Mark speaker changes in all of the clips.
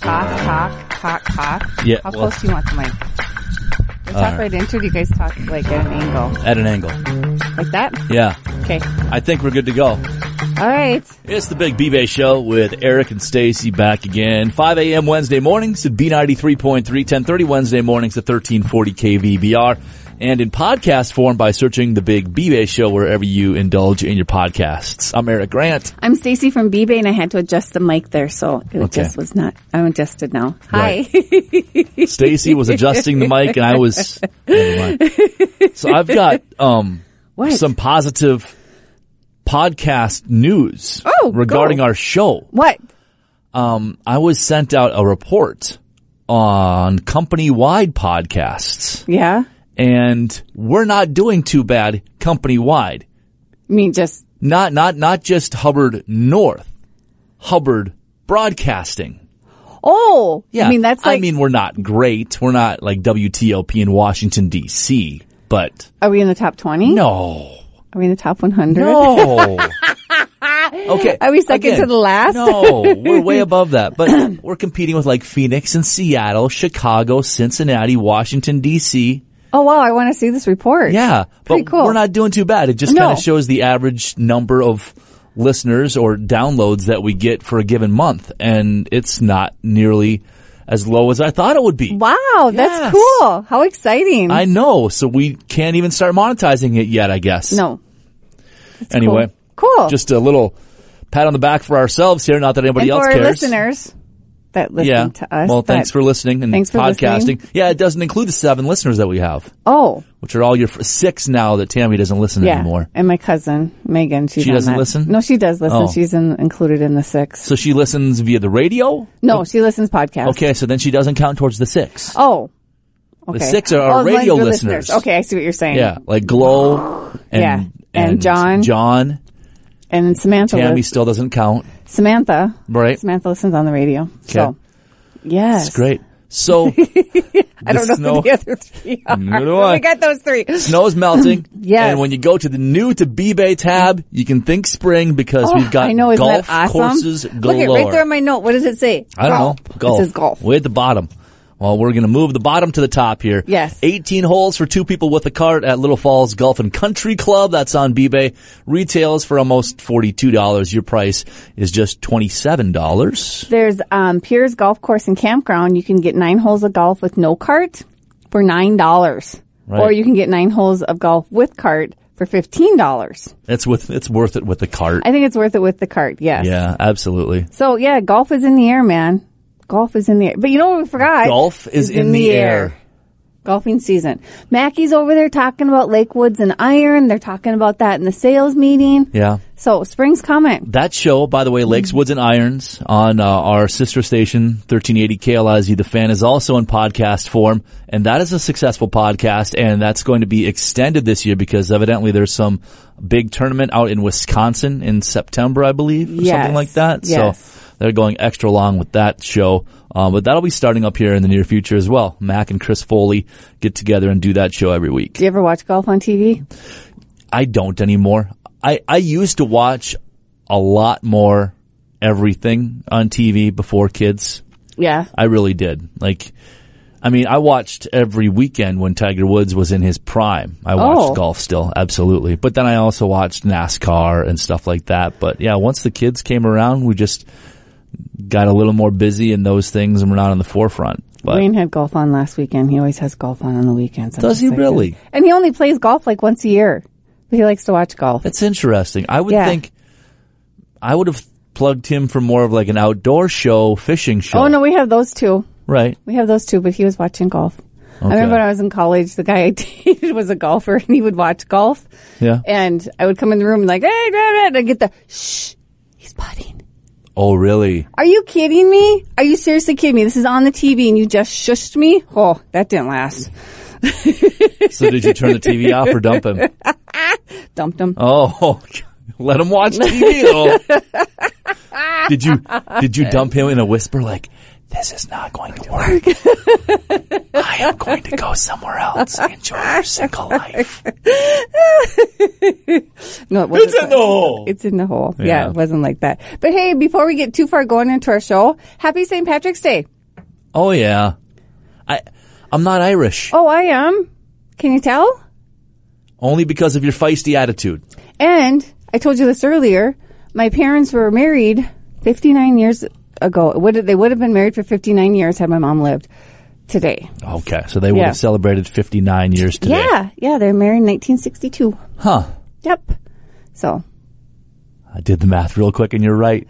Speaker 1: Cough, cough, cough, cough.
Speaker 2: Yeah,
Speaker 1: How
Speaker 2: well-
Speaker 1: close do you want the mic? Do you talk
Speaker 2: Uh,
Speaker 1: right into it? Do you guys talk like at an angle?
Speaker 2: at an angle.
Speaker 1: Like that?
Speaker 2: Yeah.
Speaker 1: Okay.
Speaker 2: I think we're good to go.
Speaker 1: Alright.
Speaker 2: It's the Big B-Bay Show with Eric and Stacy back again. 5 a.m. Wednesday mornings at B93.3, 1030 Wednesday mornings at 1340 KVBR. And in podcast form by searching the Big B-Bay Show wherever you indulge in your podcasts. I'm Eric Grant.
Speaker 3: I'm Stacy from B-Bay and I had to adjust the mic there, so it
Speaker 2: Okay.
Speaker 3: just was not, I'm adjusted now.
Speaker 2: Right.
Speaker 3: Hi.
Speaker 2: Stacy was adjusting the mic and I was, never mind. So I've got, um,
Speaker 3: What?
Speaker 2: some positive podcast news
Speaker 3: Oh,
Speaker 2: regarding
Speaker 3: go.
Speaker 2: our show.
Speaker 3: what?
Speaker 2: I was sent out a report on company wide podcasts
Speaker 3: Yeah?
Speaker 2: and we're not doing too bad company wide.
Speaker 3: I mean, just,
Speaker 2: Not, not, not just Hubbard North, Hubbard Broadcasting.
Speaker 3: oh, I mean, that's like,
Speaker 2: I mean, we're not great. We're not like WTLP in Washington DC, but
Speaker 3: are we in the top 20?
Speaker 2: no,
Speaker 3: Are we in the top 100?
Speaker 2: no. Okay.
Speaker 3: Are we second to the last?
Speaker 2: No, we're way above that. But we're competing with like Phoenix and Seattle, Chicago, Cincinnati, Washington, D.C.
Speaker 3: Oh wow, I want to see this report.
Speaker 2: Yeah,
Speaker 3: Pretty
Speaker 2: but
Speaker 3: cool.
Speaker 2: we're not doing too bad. It just
Speaker 3: No.
Speaker 2: kind of shows the average number of listeners or downloads that we get for a given month, and it's not nearly as low as I thought it would be.
Speaker 3: Wow,
Speaker 2: Yes.
Speaker 3: that's cool. How exciting.
Speaker 2: I know, so we can't even start monetizing it yet. I guess.
Speaker 3: no.
Speaker 2: Anyway,
Speaker 3: Cool. Cool.
Speaker 2: Just a little pat on the back for ourselves here. Not that anybody
Speaker 3: and
Speaker 2: else
Speaker 3: for our
Speaker 2: cares.
Speaker 3: listeners that listen
Speaker 2: yeah.
Speaker 3: to us.
Speaker 2: well,
Speaker 3: that-
Speaker 2: thanks for listening and
Speaker 3: Thanks for
Speaker 2: podcasting.
Speaker 3: listening.
Speaker 2: Yeah, it doesn't include the seven listeners that we have,
Speaker 3: Oh,
Speaker 2: which are all your f- six now that Tammy doesn't listen
Speaker 3: yeah.
Speaker 2: anymore.
Speaker 3: And my cousin, Megan, she's
Speaker 2: She
Speaker 3: on
Speaker 2: doesn't
Speaker 3: that.
Speaker 2: listen?
Speaker 3: No, she does listen.
Speaker 2: Oh.
Speaker 3: She's in, included in the six.
Speaker 2: So she listens via the radio.
Speaker 3: No, she listens podcast.
Speaker 2: Okay, so then she doesn't count towards the six.
Speaker 3: Oh. Okay.
Speaker 2: six are our
Speaker 3: Oh, like
Speaker 2: radio
Speaker 3: the
Speaker 2: listeners.
Speaker 3: Okay, I see what you're saying.
Speaker 2: Yeah, like Glow and
Speaker 3: Yeah, and John.
Speaker 2: John.
Speaker 3: And Samantha
Speaker 2: Tammy
Speaker 3: lis-
Speaker 2: still doesn't count.
Speaker 3: Samantha.
Speaker 2: Right.
Speaker 3: Samantha listens on the radio. So yes.
Speaker 2: It's great. So
Speaker 3: I don't know
Speaker 2: snow,
Speaker 3: who the other three are.
Speaker 2: Neither do
Speaker 3: but
Speaker 2: I.
Speaker 3: We got those three.
Speaker 2: snow's melting.
Speaker 3: Yes.
Speaker 2: And when you go to the new to B-Bay tab, you can think spring because we've got
Speaker 3: Oh, I know, isn't
Speaker 2: golf
Speaker 3: that awesome?
Speaker 2: courses galore.
Speaker 3: Look at right there on my note. What does it say?
Speaker 2: I don't
Speaker 3: golf.
Speaker 2: know. Golf.
Speaker 3: It says golf.
Speaker 2: Way at the bottom. Well, we're going to move the bottom to the top here.
Speaker 3: Yes.
Speaker 2: 18 holes for two people with a cart at Little Falls Golf and Country Club. That's on B-Bay. Retails for almost $42. Your price is just $27.
Speaker 3: There's um, Piers Golf Course and Campground. You can get nine holes of golf with no cart for nine dollars,
Speaker 2: Right.
Speaker 3: or you can get nine holes of golf with cart for fifteen dollars.
Speaker 2: It's with, it's worth it with the cart.
Speaker 3: I think it's worth it with the cart. Yes.
Speaker 2: yeah, absolutely.
Speaker 3: So yeah, golf is in the air, man. Golf is in the air. But you know what we forgot?
Speaker 2: Golf is in the air.
Speaker 3: Golfing season. Mackey's over there talking about Lakewoods and Iron. They're talking about that in the sales meeting.
Speaker 2: Yeah.
Speaker 3: So spring's coming.
Speaker 2: That show, by the way, Lakes, Woods, and Irons on uh, our sister station, 1380 KLIZ. The fan is also in podcast form, and that is a successful podcast, and that's going to be extended this year because evidently there's some big tournament out in Wisconsin in September, I believe, or something
Speaker 3: Yes.
Speaker 2: like that.
Speaker 3: Yes.
Speaker 2: So they're going extra long with that show, um, but that'll be starting up here in the near future as well. Mac and Chris Foley get together and do that show every week.
Speaker 3: Do you ever watch golf on TV?
Speaker 2: I don't anymore. I, I used to watch a lot more everything on TV before kids.
Speaker 3: Yeah.
Speaker 2: I really did. Like, I mean, I watched every weekend when Tiger Woods was in his prime. I watched
Speaker 3: Oh.
Speaker 2: golf still, absolutely. But then I also watched NASCAR and stuff like that. But yeah, once the kids came around, we just got a little more busy in those things and we're not on the forefront. But
Speaker 3: Wayne had golf on last weekend. He always has golf on on the weekends. I'm
Speaker 2: Does
Speaker 3: just
Speaker 2: he
Speaker 3: like,
Speaker 2: really?
Speaker 3: And he only plays golf like once a year. But he likes to watch golf.
Speaker 2: That's interesting. I would
Speaker 3: Yeah.
Speaker 2: think I would have plugged him for more of like an outdoor show, fishing show.
Speaker 3: Oh no, we have those two.
Speaker 2: Right.
Speaker 3: We have those two, but he was watching golf. I
Speaker 2: Okay.
Speaker 3: remember when I was in college, the guy I dated was a golfer and he would watch golf.
Speaker 2: Yeah.
Speaker 3: And I would come in the room and like, hey, blah, blah," and I'd get the, shh, he's putting.
Speaker 2: Oh, really?
Speaker 3: Are you kidding me? Are you seriously kidding me? This is on the TV and you just shushed me? Oh, that didn't last.
Speaker 2: So did you turn the TV off or dump him?
Speaker 3: Dumped him.
Speaker 2: Oh, let him watch TV though. did you did you dump him in a whisper like, this is not going to work. I am going to go somewhere else. Enjoy your single life.
Speaker 3: No, it wasn't.
Speaker 2: in the hole.
Speaker 3: It's in the hole. Yeah.
Speaker 2: Yeah.
Speaker 3: it wasn't like that. But hey, before we get too far going into our show, happy St. Patrick's Day.
Speaker 2: Oh yeah, I I'm not Irish
Speaker 3: Oh, I am. Can you tell?
Speaker 2: only because of your feisty attitude.
Speaker 3: And I told you this earlier. My parents were married 59 years ago. It would, they would have been married for 59 years had my mom lived today.
Speaker 2: Okay, so they would
Speaker 3: Yeah.
Speaker 2: have celebrated 59 years today.
Speaker 3: Yeah. Yeah. They're married in 1962.
Speaker 2: Huh.
Speaker 3: Yep. So
Speaker 2: I did the math real quick, and you're right.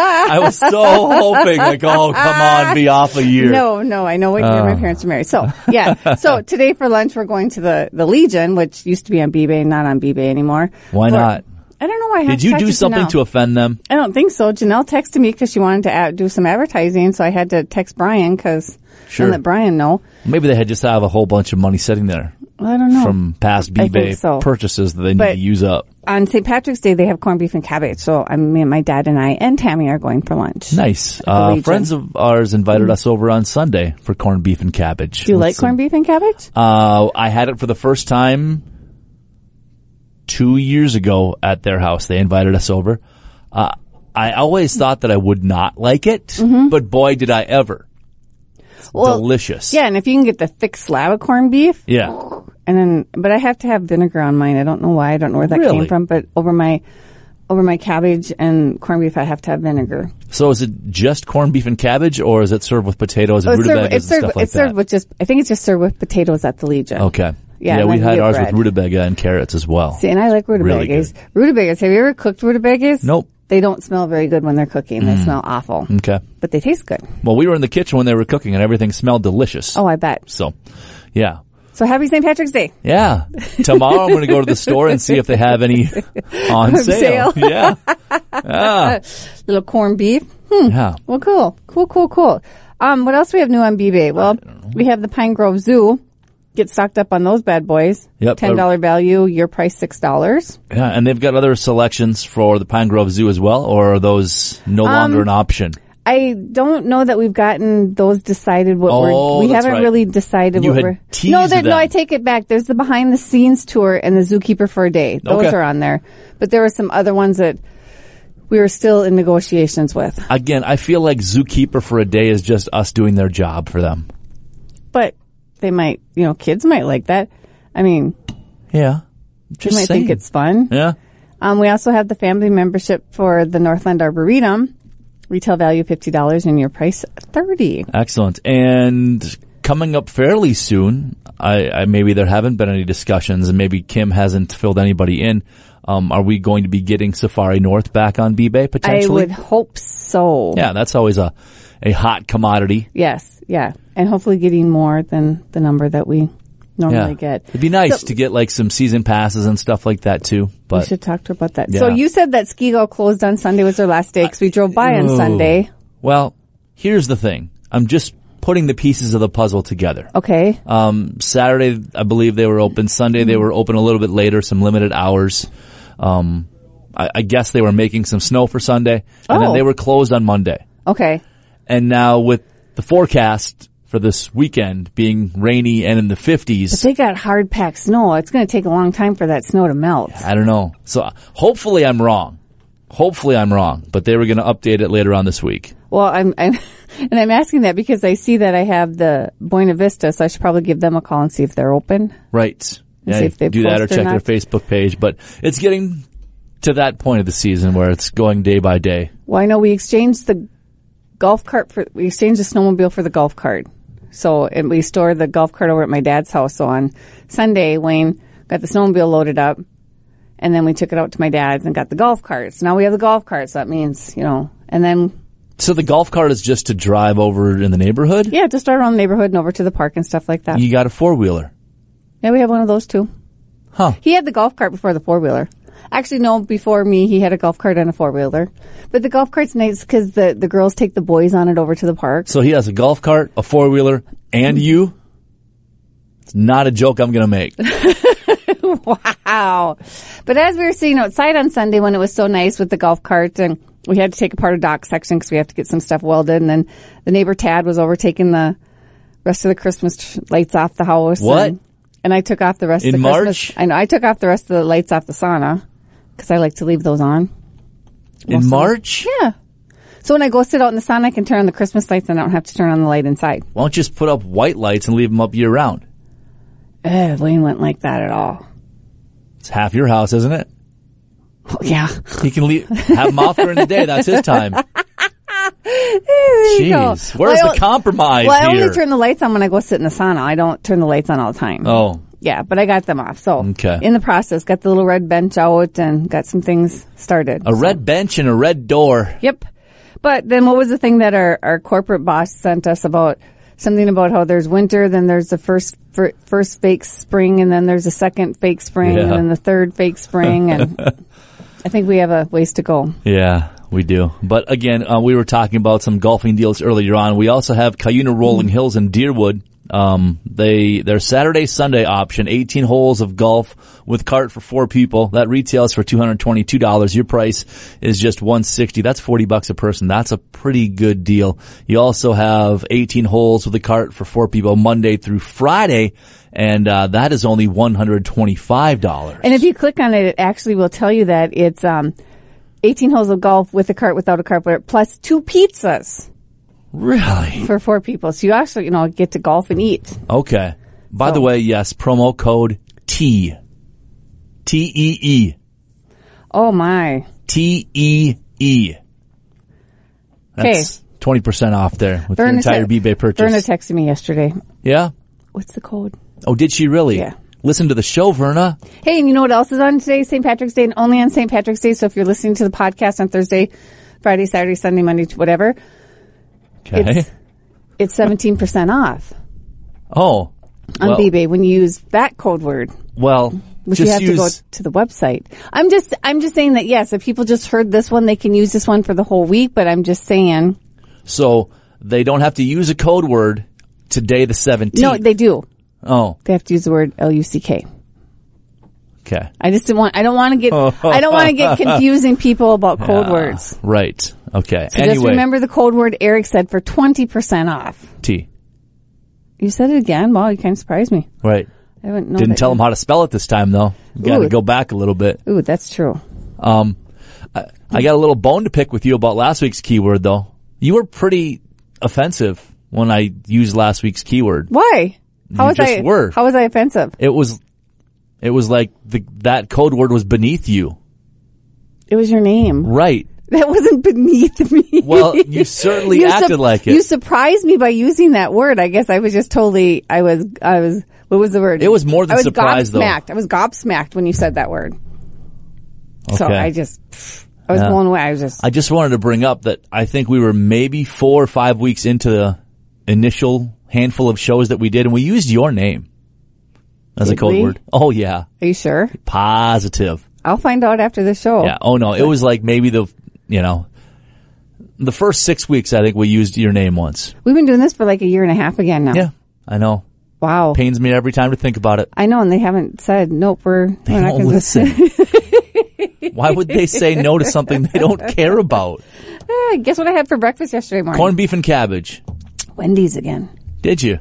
Speaker 2: I was so hoping, like, oh, come on, be off a year.
Speaker 3: No, no, I know what year
Speaker 2: Ah.
Speaker 3: my parents were married. So yeah, so today for lunch we're going to the the Legion, which used to be on B-Bay, not on B-Bay anymore.
Speaker 2: Why
Speaker 3: For-
Speaker 2: not?
Speaker 3: I don't know why. I had
Speaker 2: Did you
Speaker 3: to
Speaker 2: do
Speaker 3: text
Speaker 2: something
Speaker 3: Janelle.
Speaker 2: to offend them?
Speaker 3: I don't think so. Janelle texted me because she wanted to ad- do some advertising, so I had to text Brian because
Speaker 2: Sure.
Speaker 3: and let Brian know.
Speaker 2: Maybe they had just have a whole bunch of money sitting there
Speaker 3: Well, I don't know.
Speaker 2: from past
Speaker 3: Oh, I think
Speaker 2: B-Bay
Speaker 3: so.
Speaker 2: purchases that they need
Speaker 3: But-
Speaker 2: to use up.
Speaker 3: on St. Patrick's Day, they have corned beef and cabbage. So I mean, my dad and I and Tammy are going for lunch.
Speaker 2: Nice.
Speaker 3: the
Speaker 2: Uh,
Speaker 3: Legion.
Speaker 2: friends of ours invited us over on Sunday for corned beef and cabbage.
Speaker 3: Do you like corned beef and cabbage?
Speaker 2: Uh, I had it for the first time two years ago at their house. They invited us over. Uh, I always thought that I would not like it, but boy, did I ever.
Speaker 3: Mm-hmm. Well,
Speaker 2: Delicious.
Speaker 3: yeah, and if you can get the thick slab of corned beef,
Speaker 2: Yeah.
Speaker 3: and then but I have to have vinegar on mine. I don't know why. I don't know where that
Speaker 2: Really?
Speaker 3: came from, but over my over my cabbage and corned beef, I have to have vinegar.
Speaker 2: So is it just corned beef and cabbage, or is it served with potatoes and
Speaker 3: Oh, it's served,
Speaker 2: rutabagas
Speaker 3: it's,
Speaker 2: and
Speaker 3: served,
Speaker 2: stuff like
Speaker 3: it's served
Speaker 2: that?
Speaker 3: with just I think it's just served with potatoes at the Legion.
Speaker 2: okay.
Speaker 3: Yeah, and
Speaker 2: we
Speaker 3: then
Speaker 2: had
Speaker 3: you
Speaker 2: ours
Speaker 3: bread.
Speaker 2: with rutabaga and carrots as well.
Speaker 3: See, and I like
Speaker 2: Really
Speaker 3: rutabagas. rutabagas. Have you ever cooked rutabagas?
Speaker 2: Nope.
Speaker 3: They don't smell very good when they're cooking.
Speaker 2: Mm.
Speaker 3: They smell awful,
Speaker 2: Okay.
Speaker 3: but they taste good.
Speaker 2: Well, we were in the kitchen when they were cooking, and everything smelled delicious.
Speaker 3: Oh, I bet.
Speaker 2: So, yeah.
Speaker 3: So happy St. Patrick's Day.
Speaker 2: Yeah. Tomorrow I'm going to go to the store and see if they have any on sale.
Speaker 3: sale.
Speaker 2: Yeah.
Speaker 3: Little corned beef.
Speaker 2: Yeah.
Speaker 3: Well, cool, cool, cool, cool. Um, what else we have new on B-Bay? Well, we have the Pine Grove Zoo. Get stocked up on those bad boys.
Speaker 2: Yep.
Speaker 3: ten dollar value. Your price six dollars.
Speaker 2: Yeah, and they've got other selections for the Pine Grove Zoo as well, or are those no
Speaker 3: Um,
Speaker 2: longer an option?
Speaker 3: I don't know that we've gotten those decided. What
Speaker 2: Oh,
Speaker 3: we're we
Speaker 2: that's
Speaker 3: haven't
Speaker 2: right.
Speaker 3: really decided
Speaker 2: You
Speaker 3: what
Speaker 2: had
Speaker 3: we're.
Speaker 2: teased
Speaker 3: no, that,
Speaker 2: them.
Speaker 3: no, I take it back. There's the behind the scenes tour and the zookeeper for a day. Those
Speaker 2: Okay.
Speaker 3: are on there, but there were some other ones that we were still in negotiations with.
Speaker 2: Again, I feel like Zookeeper for a day is just us doing their job for them.
Speaker 3: But they might, you know, kids might like that. I mean,
Speaker 2: Yeah. Just
Speaker 3: they might
Speaker 2: saying.
Speaker 3: think it's fun.
Speaker 2: Yeah.
Speaker 3: Um, we also have the family membership for the Northland Arboretum. Retail value fifty dollars and your price thirty.
Speaker 2: Excellent. And coming up fairly soon, I, I maybe there haven't been any discussions, and maybe Kim hasn't filled anybody in. Um, are we going to be getting Safari North back on B-Bay
Speaker 3: I
Speaker 2: potentially?
Speaker 3: would hope so.
Speaker 2: Yeah, that's always a, a hot commodity.
Speaker 3: Yes, yeah, and hopefully getting more than the number that we normally
Speaker 2: Yeah.
Speaker 3: get.
Speaker 2: It'd be nice
Speaker 3: Oh So-
Speaker 2: to get like some season passes and stuff like that too.
Speaker 3: We
Speaker 2: But
Speaker 3: should talk to her about that. So
Speaker 2: Yeah.
Speaker 3: you said that Skeego closed on Sunday was their last day because we drove by on
Speaker 2: Ooh.
Speaker 3: Sunday.
Speaker 2: well, here's the thing. I'm just putting the pieces of the puzzle together.
Speaker 3: Okay,
Speaker 2: Um, Saturday, I believe they were open. Sunday, they were open a little bit later, some limited hours. Um, I, I guess they were making some snow for Sunday and then
Speaker 3: Oh.
Speaker 2: they were closed on Monday.
Speaker 3: okay,
Speaker 2: And now with the forecast for this weekend being rainy and in the 50s,
Speaker 3: they got hard packed snow. It's going to take a long time for that snow to melt.
Speaker 2: I don't know. So uh, hopefully I'm wrong. Hopefully I'm wrong, but they were going to update it later on this week.
Speaker 3: Well, I'm, I'm and I'm asking that because I see that I have the Buena Vista, so I should probably give them a call and see if they're open.
Speaker 2: Right.
Speaker 3: see if they've
Speaker 2: do that or
Speaker 3: posted or
Speaker 2: check their
Speaker 3: not.
Speaker 2: Facebook page, but it's getting to that point of the season where it's going day by day.
Speaker 3: Well, I know we exchanged the golf cart for we exchanged the snowmobile for the golf cart. So and we stored the golf cart over at my dad's house. So on Sunday, Wayne got the snowmobile loaded up, and then we took it out to my dad's and got the golf cart. So now we have the golf cart. So that means you know, and then
Speaker 2: So the golf cart is just to drive over in the neighborhood.
Speaker 3: yeah, just start around the neighborhood and over to the park and stuff like that.
Speaker 2: You got a four wheeler.
Speaker 3: Yeah, we have one of those too.
Speaker 2: Huh.
Speaker 3: He had the golf cart before the four wheeler. Actually, no, before me, he had a golf cart and a four wheeler. But the golf cart's nice because the, the girls take the boys on it over to the park.
Speaker 2: So he has a golf cart, a four wheeler, and you. It's not a joke I'm going to make.
Speaker 3: Wow. But as we were sitting outside on Sunday when it was so nice with the golf cart and we had to take apart a dock section because we have to get some stuff welded. And then the neighbor Tad was over taking the rest of the Christmas tr- lights off the house.
Speaker 2: What?
Speaker 3: And, and I took off the rest
Speaker 2: In
Speaker 3: of the
Speaker 2: March?
Speaker 3: Christmas- I know I took off the rest of the lights off the sauna because I like to leave those on.
Speaker 2: in March?
Speaker 3: Yeah. So when I go sit out in the sun, I can turn on the Christmas lights and I don't have to turn on the light inside.
Speaker 2: Why don't you just put up white lights and leave them up year round?
Speaker 3: Ugh, Wayne went like that at all.
Speaker 2: It's half your house, isn't it?
Speaker 3: Oh, yeah.
Speaker 2: He can leave, have them off during the day. That's his time.
Speaker 3: you go.
Speaker 2: Jeez, where's
Speaker 3: Well,
Speaker 2: the compromise
Speaker 3: well, I
Speaker 2: here?
Speaker 3: only turn the lights on when I go sit in the sauna. I don't turn the lights on all the time.
Speaker 2: oh,
Speaker 3: Yeah, but I got them off. So
Speaker 2: Okay.
Speaker 3: in the process, got the little red bench out and got some things started.
Speaker 2: a red bench and a red door.
Speaker 3: Yep. But then what was the thing that our, our corporate boss sent us about? Something about how there's winter, then there's the first fir- first fake spring, and then there's a second fake spring,
Speaker 2: Yeah.
Speaker 3: and then the third fake spring, and I think we have a ways to go.
Speaker 2: Yeah, we do. But again, uh, we were talking about some golfing deals earlier on. We also have Cuyuna Rolling Hills in Deerwood. Um, they their Saturday Sunday option, 18 holes of golf with cart for four people. That retails for $222. Your price is just 160. That's 40 bucks a person. That's a pretty good deal. You also have 18 holes with a cart for four people Monday through Friday, and uh, that is only $125.
Speaker 3: And if you click on it, it actually will tell you that it's um, 18 holes of golf with a cart, without a cart, plus two pizzas
Speaker 2: Really?
Speaker 3: for four people. So you actually, you know, get to golf and eat.
Speaker 2: Okay. By the way, yes, promo code T. T E E.
Speaker 3: Oh my.
Speaker 2: T E E. That's 20% off there with your
Speaker 3: Verna
Speaker 2: entire
Speaker 3: te- Verna
Speaker 2: eBay purchase.
Speaker 3: texted me yesterday.
Speaker 2: yeah?
Speaker 3: What's the code?
Speaker 2: Oh, did she really?
Speaker 3: Yeah.
Speaker 2: Listen to the show, Verna.
Speaker 3: Hey, and you know what else is on today? St. Patrick's Day and only on St. Patrick's Day. So if you're listening to the podcast on Thursday, Friday, Saturday, Sunday, Monday, whatever,
Speaker 2: Okay.
Speaker 3: It's- it's 17% off
Speaker 2: oh.
Speaker 3: on
Speaker 2: well,
Speaker 3: eBay when you use that code word.
Speaker 2: Well,
Speaker 3: Which you
Speaker 2: just
Speaker 3: have
Speaker 2: use.
Speaker 3: to go to the website. I'm just, I'm just saying that yes, if people just heard this one, they can use this one for the whole week, but I'm just saying,
Speaker 2: so they don't have to use a code word today, the 17th.
Speaker 3: no, they do.
Speaker 2: oh,
Speaker 3: They have to use the word L-U-C-K.
Speaker 2: okay.
Speaker 3: I just didn't want, I don't want to get,
Speaker 2: Oh.
Speaker 3: I don't want to get confusing people about code words.
Speaker 2: Ah, Right. Okay.
Speaker 3: So
Speaker 2: anyway,
Speaker 3: just remember the code word Eric said for 20% off.
Speaker 2: T.
Speaker 3: You said it again. Wow, you kind of surprised me.
Speaker 2: Right.
Speaker 3: I haven't known
Speaker 2: Didn't
Speaker 3: that.
Speaker 2: tell them how to spell it this time, though. Got to
Speaker 3: Ooh.
Speaker 2: go back a little bit.
Speaker 3: Ooh, that's true.
Speaker 2: Um, I, I got a little bone to pick with you about last week's keyword, though. You were pretty offensive when I used last week's keyword.
Speaker 3: Why? How
Speaker 2: You
Speaker 3: was
Speaker 2: just
Speaker 3: I?
Speaker 2: were.
Speaker 3: How was I offensive?
Speaker 2: It was, it was like the, that code word was beneath you,
Speaker 3: It was your name.
Speaker 2: right?
Speaker 3: That wasn't beneath me.
Speaker 2: Well, you certainly
Speaker 3: You
Speaker 2: acted
Speaker 3: sup-
Speaker 2: like it.
Speaker 3: You surprised me by using that word. I guess I was just totally. I was. I was. What was the word?
Speaker 2: It was more than
Speaker 3: I was
Speaker 2: surprised, though.
Speaker 3: gobsmacked. I was gobsmacked when you said that word. So
Speaker 2: Okay.
Speaker 3: I just. pff, I was
Speaker 2: Yeah.
Speaker 3: blown away. I was just.
Speaker 2: I just wanted to bring up that I think we were maybe four or five weeks into the initial handful of shows that we did, and we used your name as a
Speaker 3: Did
Speaker 2: code
Speaker 3: we?
Speaker 2: word. Oh yeah,
Speaker 3: Are you sure?
Speaker 2: positive.
Speaker 3: I'll find out after the show.
Speaker 2: Yeah. Oh no, it was like maybe the you know the first six weeks. I think we used your name once.
Speaker 3: We've been doing this for like a year and a half again now.
Speaker 2: Yeah, I know.
Speaker 3: Wow.
Speaker 2: Pains me every time to think about it.
Speaker 3: I know, and they haven't said nope. We're, we're not
Speaker 2: Don't
Speaker 3: going to listen.
Speaker 2: listen. Why would they say no to something they don't care about?
Speaker 3: Yeah, Ah, guess what I had for breakfast yesterday morning?
Speaker 2: Corned beef and cabbage.
Speaker 3: Wendy's again.
Speaker 2: Did you?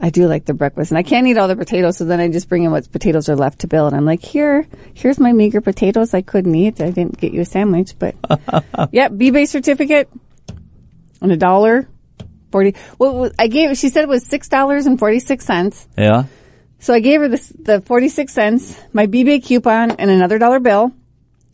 Speaker 3: I do like the breakfast, and I can't eat all the potatoes, so then I just bring in what potatoes are left to Bill, and I'm like, here, here's my meager potatoes I couldn't eat. I didn't get you a sandwich, but yep, B-Bay certificate and a dollar. 40 well it was- I gave she said it was $6.46
Speaker 2: Yeah.
Speaker 3: so I gave her this the 46 cents my BB coupon and another dollar bill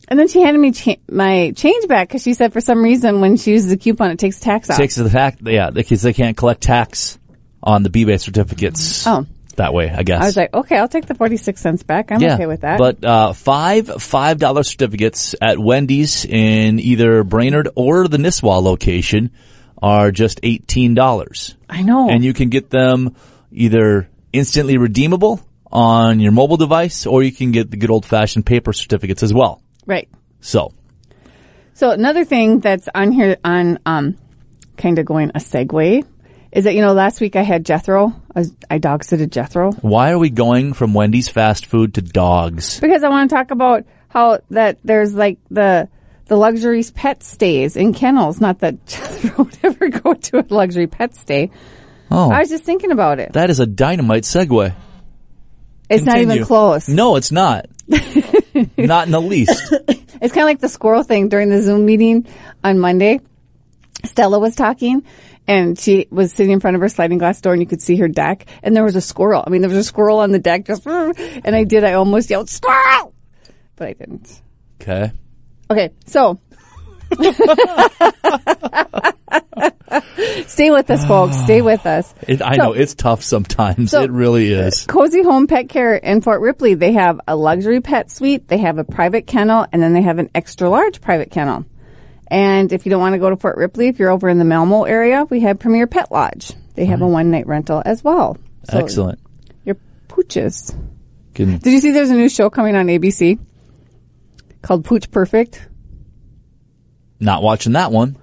Speaker 3: and then she handed me cha- my change back cuz she said for some reason when she uses the coupon it takes tax off
Speaker 2: Takes the fact. Yeah, because they can't collect tax on the B-Bay certificates.
Speaker 3: Oh.
Speaker 2: That way, I guess.
Speaker 3: I was like, okay, I'll take the 46 cents back. I'm okay with that.
Speaker 2: But uh, five five dollar certificates at Wendy's in either Brainerd or the Nisswa location are just eighteen dollars,
Speaker 3: I know.
Speaker 2: and you can get them either instantly redeemable on your mobile device, or you can get the good old fashioned paper certificates as well.
Speaker 3: right.
Speaker 2: So
Speaker 3: So another thing that's on here on um, kind of going a segue is that, you know, last week I had Jethro. I, was- I dog sitted Jethro
Speaker 2: why are we going from Wendy's fast food to dogs?
Speaker 3: because I want to talk about how that there's like the The luxury's pet stays in kennels. Not that Jethro would ever go to a luxury pet stay.
Speaker 2: Oh,
Speaker 3: I was just thinking about it.
Speaker 2: that is a dynamite segue.
Speaker 3: It's not even
Speaker 2: Continue.
Speaker 3: close.
Speaker 2: No, it's not. not in the least.
Speaker 3: It's kind of like the squirrel thing during the Zoom meeting on Monday. Stella was talking and she was sitting in front of her sliding glass door and you could see her deck and there was a squirrel. I mean, there was a squirrel on the deck just, and I did, I almost yelled, squirrel! But I didn't.
Speaker 2: Okay.
Speaker 3: Okay, so. Stay with us, folks. Stay with us.
Speaker 2: It, I know it's tough sometimes.
Speaker 3: so- uh,
Speaker 2: it really is.
Speaker 3: Cozy Home Pet Care in Fort Ripley, they have a luxury pet suite, they have a private kennel, and then they have an extra large private kennel. And if you don't want to go to Fort Ripley, if you're over in the Malmo area, we have Premier Pet Lodge. They have a one night rental as well. So
Speaker 2: Excellent.
Speaker 3: Your pooches.
Speaker 2: Can-
Speaker 3: Did you see there's a new show coming on ABC called Pooch Perfect?
Speaker 2: not watching that one.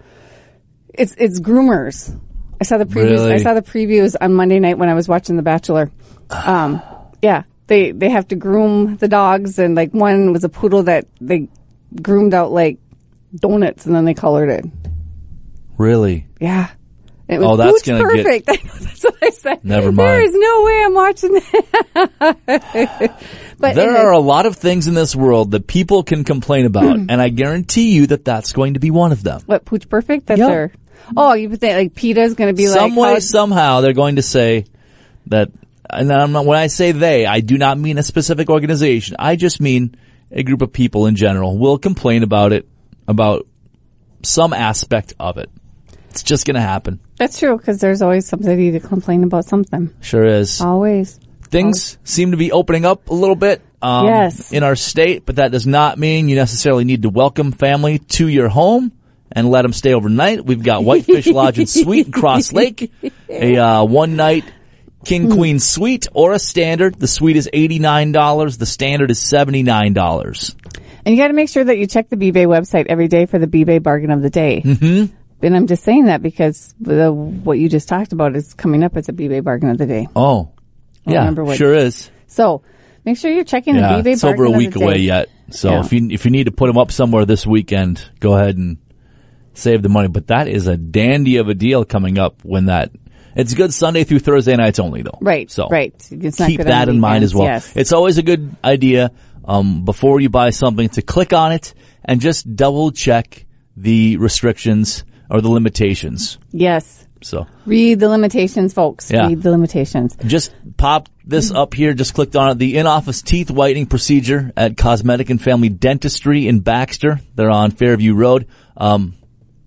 Speaker 3: It's it's groomers. I saw the previews.
Speaker 2: Really?
Speaker 3: I saw the previews on Monday night when I was watching The Bachelor. Um, yeah, they they have to groom the dogs, and like one was a poodle that they groomed out like donuts, and then they colored it.
Speaker 2: Really?
Speaker 3: Yeah. It was
Speaker 2: Oh, that's
Speaker 3: pooch
Speaker 2: gonna get-
Speaker 3: perfect. I know, that's what I said.
Speaker 2: Never
Speaker 3: There
Speaker 2: mind.
Speaker 3: is no way I'm watching that. but
Speaker 2: There
Speaker 3: anyway,
Speaker 2: are a lot of things in this world that people can complain about, and I guarantee you that that's going to be one of them.
Speaker 3: what pooch perfect? That's
Speaker 2: Yeah.
Speaker 3: their. Oh, you think like PETA is going to be
Speaker 2: Some
Speaker 3: like
Speaker 2: way,
Speaker 3: how-
Speaker 2: somehow, they're going to say that. And I'm not, when I say they, I do not mean a specific organization. I just mean a group of people in general will complain about it, about some aspect of it. It's just going to happen.
Speaker 3: That's true because there's always somebody to complain about something.
Speaker 2: Sure is.
Speaker 3: Always.
Speaker 2: Things seem to be opening up a little bit um,
Speaker 3: Oh. Yes.
Speaker 2: in our state, but that does not mean you necessarily need to welcome family to your home and let them stay overnight. We've got Whitefish Lodge and Suite in Cross Lake, a uh, one night
Speaker 3: Hmm.
Speaker 2: king queen suite or a standard. The suite is eighty nine dollars. The standard is seventy nine dollars.
Speaker 3: And you got to make sure that you check the B-Bay website every day for the B-Bay bargain of the day. Mm-hmm. And I'm just saying that because the, what you just talked about is coming up as a B-Bay bargain of the day.
Speaker 2: Oh, yeah,
Speaker 3: remember what-
Speaker 2: sure is.
Speaker 3: So make sure you're checking
Speaker 2: Yeah,
Speaker 3: the B-Bay
Speaker 2: it's
Speaker 3: bargain
Speaker 2: over a
Speaker 3: of
Speaker 2: week
Speaker 3: the day.
Speaker 2: away yet. So
Speaker 3: Yeah.
Speaker 2: if you if you need to put them up somewhere this weekend, go ahead and save the money. But that is a dandy of a deal coming up when that. It's good Sunday through Thursday nights only though.
Speaker 3: Right,
Speaker 2: So
Speaker 3: right. It's not
Speaker 2: keep
Speaker 3: good on
Speaker 2: that in mind
Speaker 3: weekends,
Speaker 2: as well.
Speaker 3: yes.
Speaker 2: It's always a good idea um, before you buy something to click on it and just double check the restrictions or the limitations.
Speaker 3: Yes.
Speaker 2: So
Speaker 3: Read the limitations, folks.
Speaker 2: Yeah.
Speaker 3: Read the limitations.
Speaker 2: just popped this up here. Just clicked on it. The in-office teeth whitening procedure at Cosmetic and Family Dentistry in Baxter. They're on Fairview Road. Um,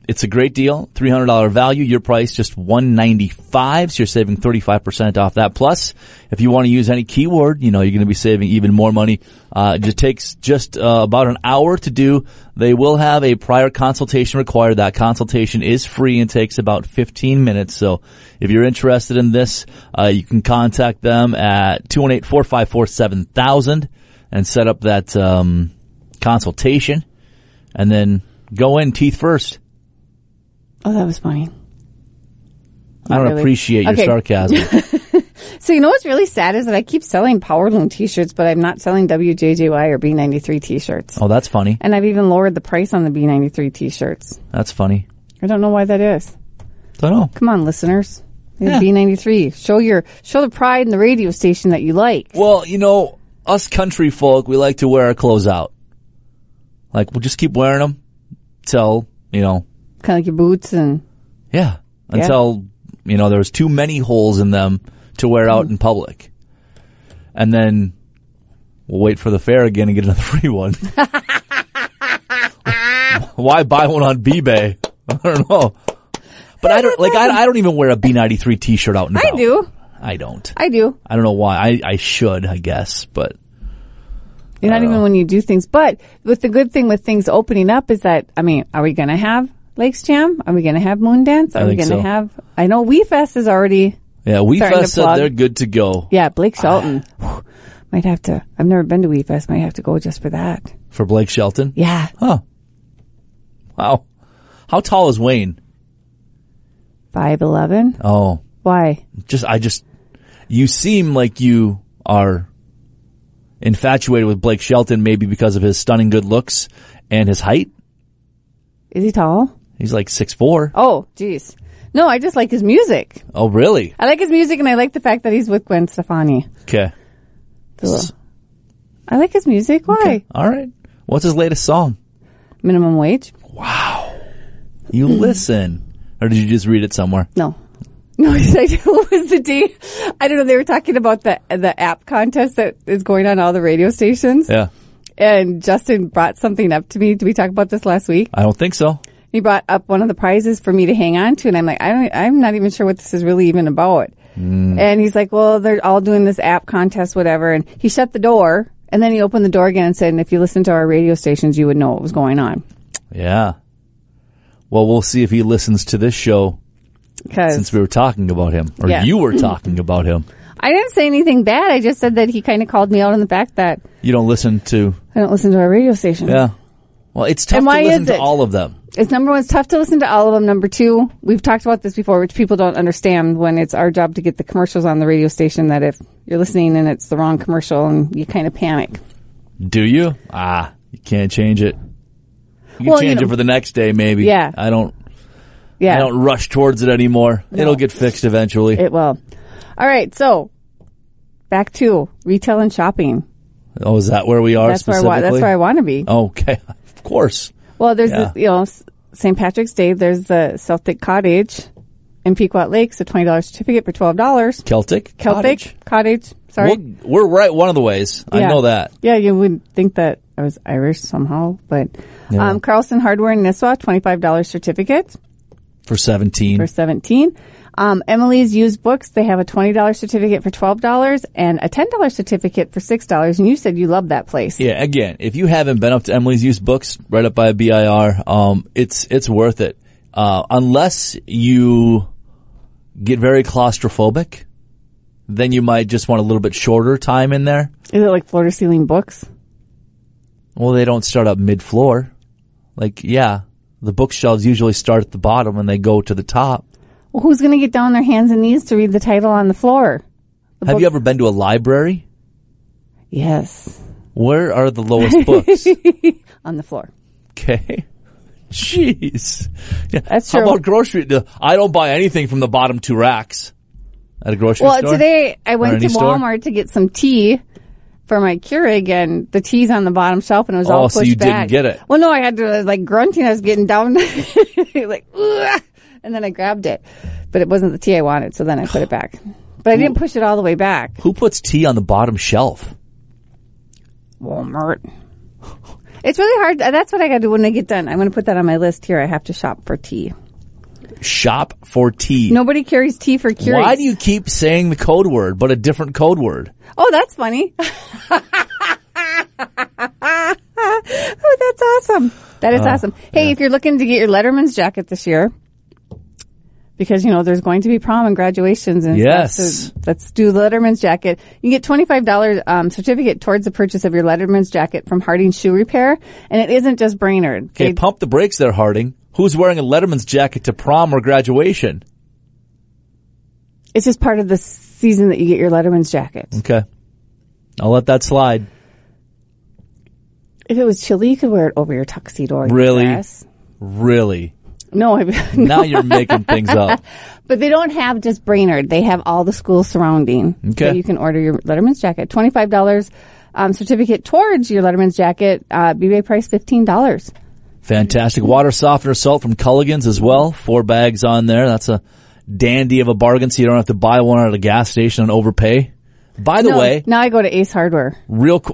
Speaker 2: it's a great deal. Three hundred dollar value. Your price just one ninety five. So you're saving thirty five percent off that. Plus, if you want to use any keyword, you know you're going to be saving even more money. Uh, it just takes just uh, about an hour to do. They will have a prior consultation required. That consultation is free and takes about fifteen minutes. So if you're interested in this, uh, you can contact them at 218-454-7000 and set up that um, consultation, and then go in teeth first.
Speaker 3: Oh, that was funny.
Speaker 2: I don't
Speaker 3: really.
Speaker 2: appreciate your
Speaker 3: Okay.
Speaker 2: sarcasm.
Speaker 3: So you know what's really sad is that I keep selling Power Loom t-shirts, but I'm not selling WJJY or B93 t-shirts.
Speaker 2: oh, that's funny.
Speaker 3: And I've even lowered the price on the B93 t-shirts.
Speaker 2: That's funny.
Speaker 3: I don't know why that is.
Speaker 2: Don't know.
Speaker 3: Come on, listeners.
Speaker 2: Yeah.
Speaker 3: B ninety three. Show your show the pride in the radio station that you like.
Speaker 2: Well, you know, us country folk, we like to wear our clothes out. Like we'll just keep wearing them till you know,
Speaker 3: Kind of like your boots and
Speaker 2: yeah, until you know there was too many holes in them to wear out in public, and then we'll wait for the fair again and get another free one. Why buy one on B-Bay? I don't know. But I don't like. I, I don't even wear a B ninety three T shirt out and
Speaker 3: I
Speaker 2: about.
Speaker 3: do.
Speaker 2: I don't.
Speaker 3: I do.
Speaker 2: I don't know why. I, I should, I guess, but
Speaker 3: You're not even when you do things. But with the good thing with things opening up is that I mean, are we gonna have Lakes Jam? Are we gonna have Moon Dance? Are
Speaker 2: I
Speaker 3: we
Speaker 2: think
Speaker 3: gonna
Speaker 2: so.
Speaker 3: have I know We Fest is already
Speaker 2: yeah, we
Speaker 3: Starting to
Speaker 2: Fest said
Speaker 3: plug.
Speaker 2: they're good to go
Speaker 3: yeah, Blake Shelton. Whew. might have to I've never been to We Fest, might have to go just for that.
Speaker 2: for Blake Shelton.
Speaker 3: Yeah.
Speaker 2: Huh. Wow. How tall is Wayne?
Speaker 3: Five eleven?
Speaker 2: Oh,
Speaker 3: Why?
Speaker 2: just, I just, you seem like you are infatuated with Blake Shelton maybe because of his stunning good looks and his height.
Speaker 3: Is he tall?
Speaker 2: He's like six four.
Speaker 3: Oh, geez. No, I just like his music.
Speaker 2: Oh, really?
Speaker 3: I like his music, and I like the fact that he's with Gwen Stefani.
Speaker 2: Okay.
Speaker 3: So, I like his music. Why?
Speaker 2: All right. What's his latest song?
Speaker 3: Minimum wage?
Speaker 2: You
Speaker 3: Hmm.
Speaker 2: listen, or did you just read it somewhere?
Speaker 3: No. No, I did. What was the day? I don't know. They were talking about the the app contest that is going on all the radio stations,
Speaker 2: Yeah.
Speaker 3: and Justin brought something up to me. Did we talk about this last week?
Speaker 2: I don't think so.
Speaker 3: He brought up one of the prizes for me to hang on to, and I'm like, I don't, I'm not even sure what this is really even about. And he's like, well, they're all doing this app contest, whatever. And he shut the door, and then he opened the door again and said, and if you listen to our radio stations, you would know what was going on.
Speaker 2: Yeah. Well, we'll see if he listens to this show
Speaker 3: Because
Speaker 2: since we were talking about him, or
Speaker 3: Yeah.
Speaker 2: you were talking about him.
Speaker 3: I didn't say anything bad. I just said that he kind of called me out on the fact that
Speaker 2: You don't listen to,
Speaker 3: I don't listen to our radio station.
Speaker 2: yeah. Well, it's tough
Speaker 3: And why
Speaker 2: to listen
Speaker 3: is
Speaker 2: to
Speaker 3: it?
Speaker 2: all of them.
Speaker 3: It's number one, it's tough to listen to all of them. Number two, we've talked about this before, which people don't understand when it's our job to get the commercials on the radio station that if you're listening and it's the wrong commercial and you kind of panic.
Speaker 2: Do you? Ah, you can't change it. You can
Speaker 3: Well, you
Speaker 2: change
Speaker 3: know-
Speaker 2: it for the next day, maybe.
Speaker 3: Yeah.
Speaker 2: I don't.
Speaker 3: Yeah.
Speaker 2: I don't rush towards it anymore. It'll get fixed eventually.
Speaker 3: It will. All right. So back to retail and shopping.
Speaker 2: oh, is that where we are
Speaker 3: That's where I
Speaker 2: specifically?
Speaker 3: wa- that's where I want to be.
Speaker 2: okay, of course.
Speaker 3: Well, there's,
Speaker 2: Yeah.
Speaker 3: the, you know, S- St. Patrick's Day, there's the Celtic Cottage in Pequot Lakes, a $20 certificate for $12.
Speaker 2: Celtic.
Speaker 3: Celtic
Speaker 2: Cottage.
Speaker 3: Cottage. sorry.
Speaker 2: We're, we're right one of the ways. I
Speaker 3: Yeah.
Speaker 2: know that.
Speaker 3: Yeah, you would think that I was Irish somehow, but
Speaker 2: Yeah.
Speaker 3: um, Carlson Hardware in Nisswa, twenty-five dollars certificate
Speaker 2: For 17.
Speaker 3: for seventeen. Um, Emily's used books, they have a twenty dollars certificate for twelve dollars and a ten dollars certificate for six dollars. And you said you love that place.
Speaker 2: Yeah, again, if you haven't been up to Emily's used books right up by BIR, um, it's it's worth it. Uh, unless you get very claustrophobic, then you might just want a little bit shorter time in there.
Speaker 3: Is it like floor to ceiling books?
Speaker 2: Well, they don't start up mid floor. Like, yeah, the bookshelves usually start at the bottom and they go to the top.
Speaker 3: Well, who's going to get down on their hands and knees to read the title on the floor?
Speaker 2: Have you ever been to a library?
Speaker 3: Yes,
Speaker 2: Where are the lowest books?
Speaker 3: on the floor.
Speaker 2: Okay. Jeez. Yeah.
Speaker 3: That's
Speaker 2: How
Speaker 3: true.
Speaker 2: about grocery? the- I don't buy anything from the bottom two racks at a grocery
Speaker 3: Well,
Speaker 2: store.
Speaker 3: today I
Speaker 2: Or
Speaker 3: went
Speaker 2: any
Speaker 3: to
Speaker 2: store?
Speaker 3: Walmart to get some tea for my Keurig, and the tea's on the bottom shelf, and it was
Speaker 2: Oh,
Speaker 3: all pushed
Speaker 2: so you didn't
Speaker 3: back.
Speaker 2: get it.
Speaker 3: Well, no, I had to like grunting. I was getting down, like, "Ugh," and then I grabbed it, but it wasn't the tea I wanted, so then I put it back. But I didn't push it all the way back.
Speaker 2: Who puts tea on the bottom shelf?
Speaker 3: Walmart. It's really hard. That's what I got to do when I get done. I'm going to put that on my list here. I have to shop for tea.
Speaker 2: Shop for tea.
Speaker 3: Nobody carries tea for Keurig.
Speaker 2: Why do you keep saying the code word, but a different code word?
Speaker 3: Oh, that's funny. oh, that's awesome. That is
Speaker 2: Uh,
Speaker 3: awesome. Hey, if you're looking to get your Letterman's jacket this year, because you know there's going to be prom and graduations and
Speaker 2: Yes.
Speaker 3: stuff, so let's do Letterman's jacket. You get twenty five dollars um, certificate towards the purchase of your Letterman's jacket from Harding Shoe Repair, and it isn't just Brainerd.
Speaker 2: Okay,
Speaker 3: They-
Speaker 2: pump the brakes there, Harding. Who's wearing a Letterman's jacket to prom or graduation?
Speaker 3: it's just part of the season that you get your Letterman's jacket.
Speaker 2: Okay. I'll let that slide.
Speaker 3: If it was chilly, you could wear it over your tuxedo. Or your
Speaker 2: Really?
Speaker 3: dress.
Speaker 2: Really?
Speaker 3: No, I,
Speaker 2: Now you're making things up.
Speaker 3: But they don't have just Brainerd. They have all the schools surrounding.
Speaker 2: Okay.
Speaker 3: So you can order your Letterman's jacket. $25 um, certificate towards your Letterman's jacket. Uh, BBA price $15.
Speaker 2: Fantastic water softener salt from Culligan's as well. Four bags on there. That's a dandy of a bargain, so you don't have to buy one at a gas station and overpay. By the way,
Speaker 3: Now I go to Ace Hardware.
Speaker 2: real qu-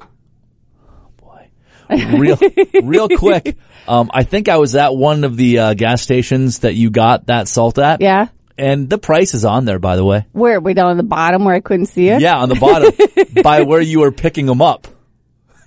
Speaker 2: boy, real real quick. Um, I think I was at one of the uh, gas stations that you got that salt at.
Speaker 3: Yeah.
Speaker 2: and the price is on there. By the way,
Speaker 3: Where? Way down on the bottom where I couldn't see it?
Speaker 2: yeah, on the bottom by where you were picking them up.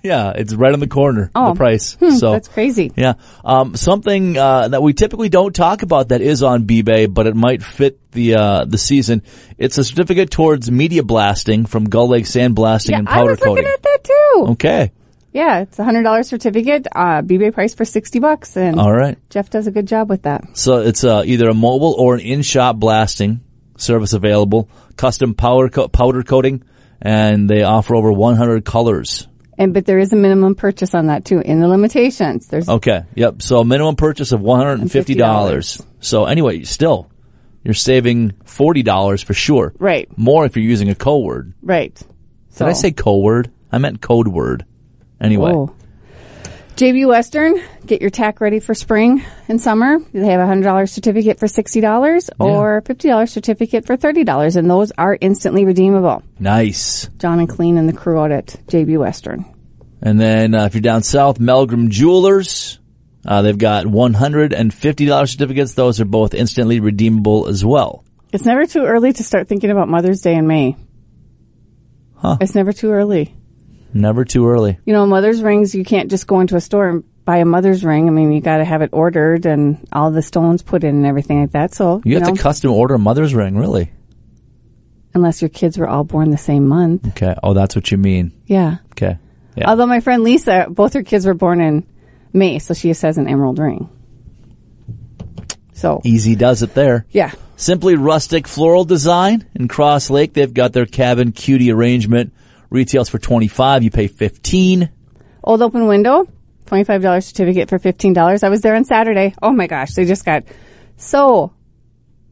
Speaker 2: Yeah, it's right on the corner.
Speaker 3: Oh.
Speaker 2: the price. so
Speaker 3: That's crazy.
Speaker 2: yeah. Um, something uh, that we typically don't talk about that is on B-Bay, but it might fit the uh, the season. It's a certificate towards media blasting from Gull Lake Sand Blasting and
Speaker 3: I
Speaker 2: Powder
Speaker 3: was
Speaker 2: Coating. Oh.
Speaker 3: looking at that too.
Speaker 2: okay.
Speaker 3: Yeah, it's a hundred dollar certificate. Uh, BBA price for sixty bucks, and
Speaker 2: All right.
Speaker 3: Jeff does a good job with that.
Speaker 2: So it's uh, either a mobile or an in-shop blasting service available. Custom powder co- powder coating, and they offer over 100 colors.
Speaker 3: And but there is a minimum purchase on that too in the limitations. There's
Speaker 2: Okay. Yep. So minimum purchase of one hundred and fifty dollars.
Speaker 3: $150.
Speaker 2: So anyway, still, you're saving forty dollars for sure.
Speaker 3: Right.
Speaker 2: More if you're using a code word.
Speaker 3: right. So
Speaker 2: Did I say code word? I meant code word. Anyway.
Speaker 3: Oh. JB Western, get your tack ready for spring and summer. They have a hundred dollar certificate for sixty dollars or fifty dollar certificate for thirty dollars, and those are instantly redeemable.
Speaker 2: Nice.
Speaker 3: John and Clean and the crew out at JB Western.
Speaker 2: And then uh, if you're down south, Melgrim Jewelers. Uh, they've got $150 certificates. Those are both instantly redeemable as well.
Speaker 3: It's never too early to start thinking about Mother's Day in May.
Speaker 2: Huh.
Speaker 3: It's never too early.
Speaker 2: Never too early.
Speaker 3: You know, mother's rings, you can't just go into a store and buy a mother's ring. I mean, you got to have it ordered and all the stones put in and everything like that. So,
Speaker 2: You,
Speaker 3: you,
Speaker 2: have
Speaker 3: know,
Speaker 2: to custom order a mother's ring, really.
Speaker 3: unless your kids were all born the same month.
Speaker 2: Okay. Oh, that's what you mean.
Speaker 3: Yeah.
Speaker 2: Okay. Yeah.
Speaker 3: Although my friend Lisa, both her kids were born in May, so she just has an emerald ring. So,
Speaker 2: Easy does it there.
Speaker 3: yeah.
Speaker 2: Simply rustic floral design in Cross Lake. They've got their cabin cutie arrangement. Retails for 25. You pay 15.
Speaker 3: Old open window, $25 certificate for $15. I was there on Saturday. Oh my gosh, they just got so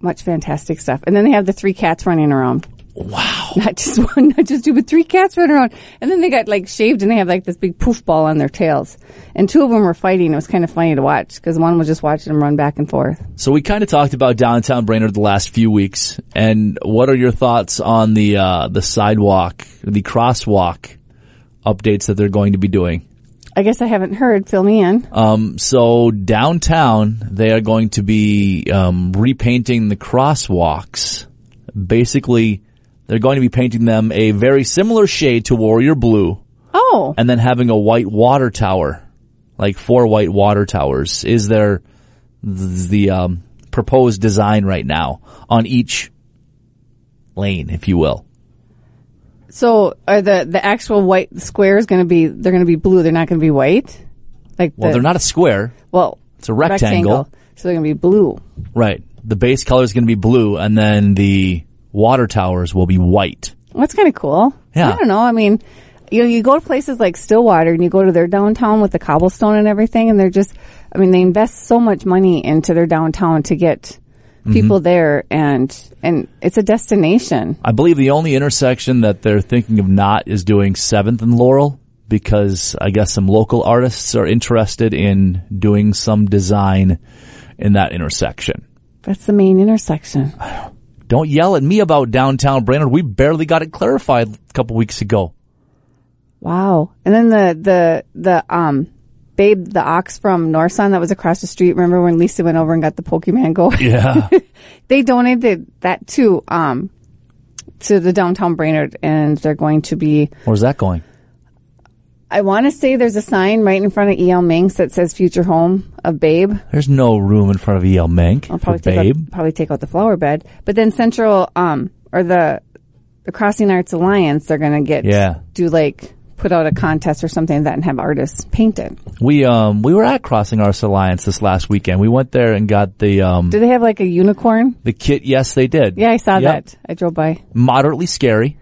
Speaker 3: much fantastic stuff. And then they have the three cats running around. Wow. Not just one, not just two, but three cats running around. And then they got like shaved and they have like this big poof ball on their tails. And two of them were fighting. It was kind of funny to watch because one was just watching them run back and forth.
Speaker 2: So we kind of talked about downtown Brainerd the last few weeks, and what are your thoughts on the uh, the sidewalk, the crosswalk updates that they're going to be doing?
Speaker 3: I guess I haven't heard. Fill me in.
Speaker 2: Um, so downtown, they are going to be um, repainting the crosswalks. Basically, they're going to be painting them a very similar shade to Warrior Blue,
Speaker 3: oh.
Speaker 2: and then having a white water tower, like four white water towers, is there the um, proposed design right now on each lane, if you will.
Speaker 3: So are the the actual white squares going to be? They're going to be blue. They're not going to be white. Like
Speaker 2: Well,
Speaker 3: the,
Speaker 2: they're not a square,
Speaker 3: Well,
Speaker 2: it's a rectangle.
Speaker 3: So they're going to be blue.
Speaker 2: right? The base color is going to be blue, and then the water towers will be white.
Speaker 3: Well, That's kind of cool.
Speaker 2: Yeah.
Speaker 3: I don't know. I mean, you know, you go to places like Stillwater and you go to their downtown with the cobblestone and everything, and they're just. I mean, they invest so much money into their downtown to get
Speaker 2: Mm-hmm.
Speaker 3: people there, and and it's a destination.
Speaker 2: I believe the only intersection that they're thinking of not is doing Seventh and Laurel because I guess some local artists are interested in doing some design in that intersection.
Speaker 3: That's the main intersection.
Speaker 2: Don't yell at me about downtown Brainerd. We barely got it clarified a couple weeks ago.
Speaker 3: Wow. And then the, the, the, um, Babe, the ox from Norson that was across the street. Remember when Lisa went over and got the Pokemon Go?
Speaker 2: Yeah.
Speaker 3: they donated that to, um, to the downtown Brainerd and they're going to be,
Speaker 2: Where's that going?
Speaker 3: I want to say there's a sign right in front of E.L. Minks that says future home of Babe.
Speaker 2: There's no room in front of EL Mink
Speaker 3: I'll
Speaker 2: for
Speaker 3: probably take
Speaker 2: Babe.
Speaker 3: out, probably take out the flower bed. But then Central, um, or the, the Crossing Arts Alliance, they're going to get,
Speaker 2: Yeah.
Speaker 3: do like, put out a contest or something like that and have artists paint it.
Speaker 2: We um we were at Crossing Arts Alliance this last weekend. We went there and got the um
Speaker 3: Do they have like a unicorn?
Speaker 2: the kit. Yes, they did.
Speaker 3: Yeah, I saw
Speaker 2: Yep.
Speaker 3: that. I drove by.
Speaker 2: Moderately scary.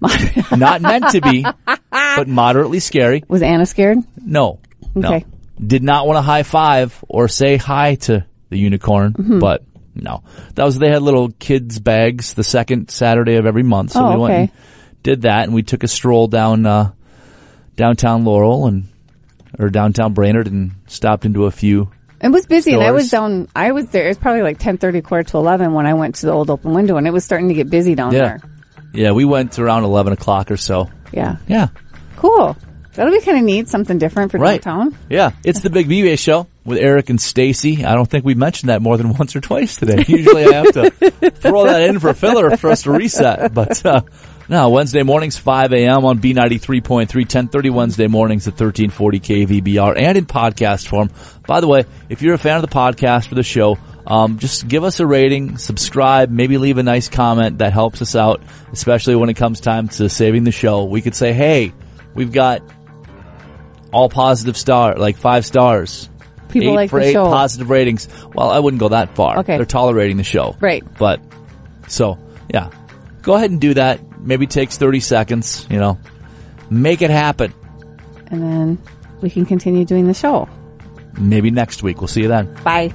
Speaker 2: Not meant to be, but moderately scary.
Speaker 3: Was Anna scared?
Speaker 2: No. No.
Speaker 3: Okay.
Speaker 2: Did not want to high five or say hi to the unicorn,
Speaker 3: Mm-hmm.
Speaker 2: but no. That was, they had little kids bags the second Saturday of every month. So
Speaker 3: Oh,
Speaker 2: we went
Speaker 3: okay.
Speaker 2: and did that and we took a stroll down, uh, downtown Laurel and, or downtown Brainerd and stopped into a few.
Speaker 3: It was busy, and I was
Speaker 2: Stores.
Speaker 3: down. I was there. It was probably like ten thirty, quarter to eleven when I went to the old open window, and it was starting to get busy down
Speaker 2: Yeah.
Speaker 3: there.
Speaker 2: Yeah. We went around 11 o'clock or so.
Speaker 3: Yeah,
Speaker 2: Yeah.
Speaker 3: cool. That'll be kind of neat. Something different for
Speaker 2: Right.
Speaker 3: downtown.
Speaker 2: Yeah. It's the Big BBA show with Eric and Stacy. I don't think we've mentioned that more than once or twice today. Usually I have to throw that in for filler for us to reset. But, uh, no, Wednesday mornings, 5 a.m. on B93.3, 1030 Wednesday mornings at 1340 KVBR and in podcast form. By the way, if you're a fan of the podcast for the show, um, just give us a rating, subscribe, maybe leave a nice comment that helps us out, especially when it comes time to saving the show. We could say, Hey, we've got all positive star, like five stars.
Speaker 3: People
Speaker 2: eight
Speaker 3: like
Speaker 2: for
Speaker 3: the
Speaker 2: eight
Speaker 3: show.
Speaker 2: positive ratings. Well, I wouldn't go that far.
Speaker 3: Okay.
Speaker 2: They're tolerating the show.
Speaker 3: Right.
Speaker 2: But, so, yeah. Go ahead and do that. Maybe it takes 30 seconds, you know. Make it happen.
Speaker 4: and then we can continue doing the show.
Speaker 3: Maybe next week. We'll see you then.
Speaker 4: Bye.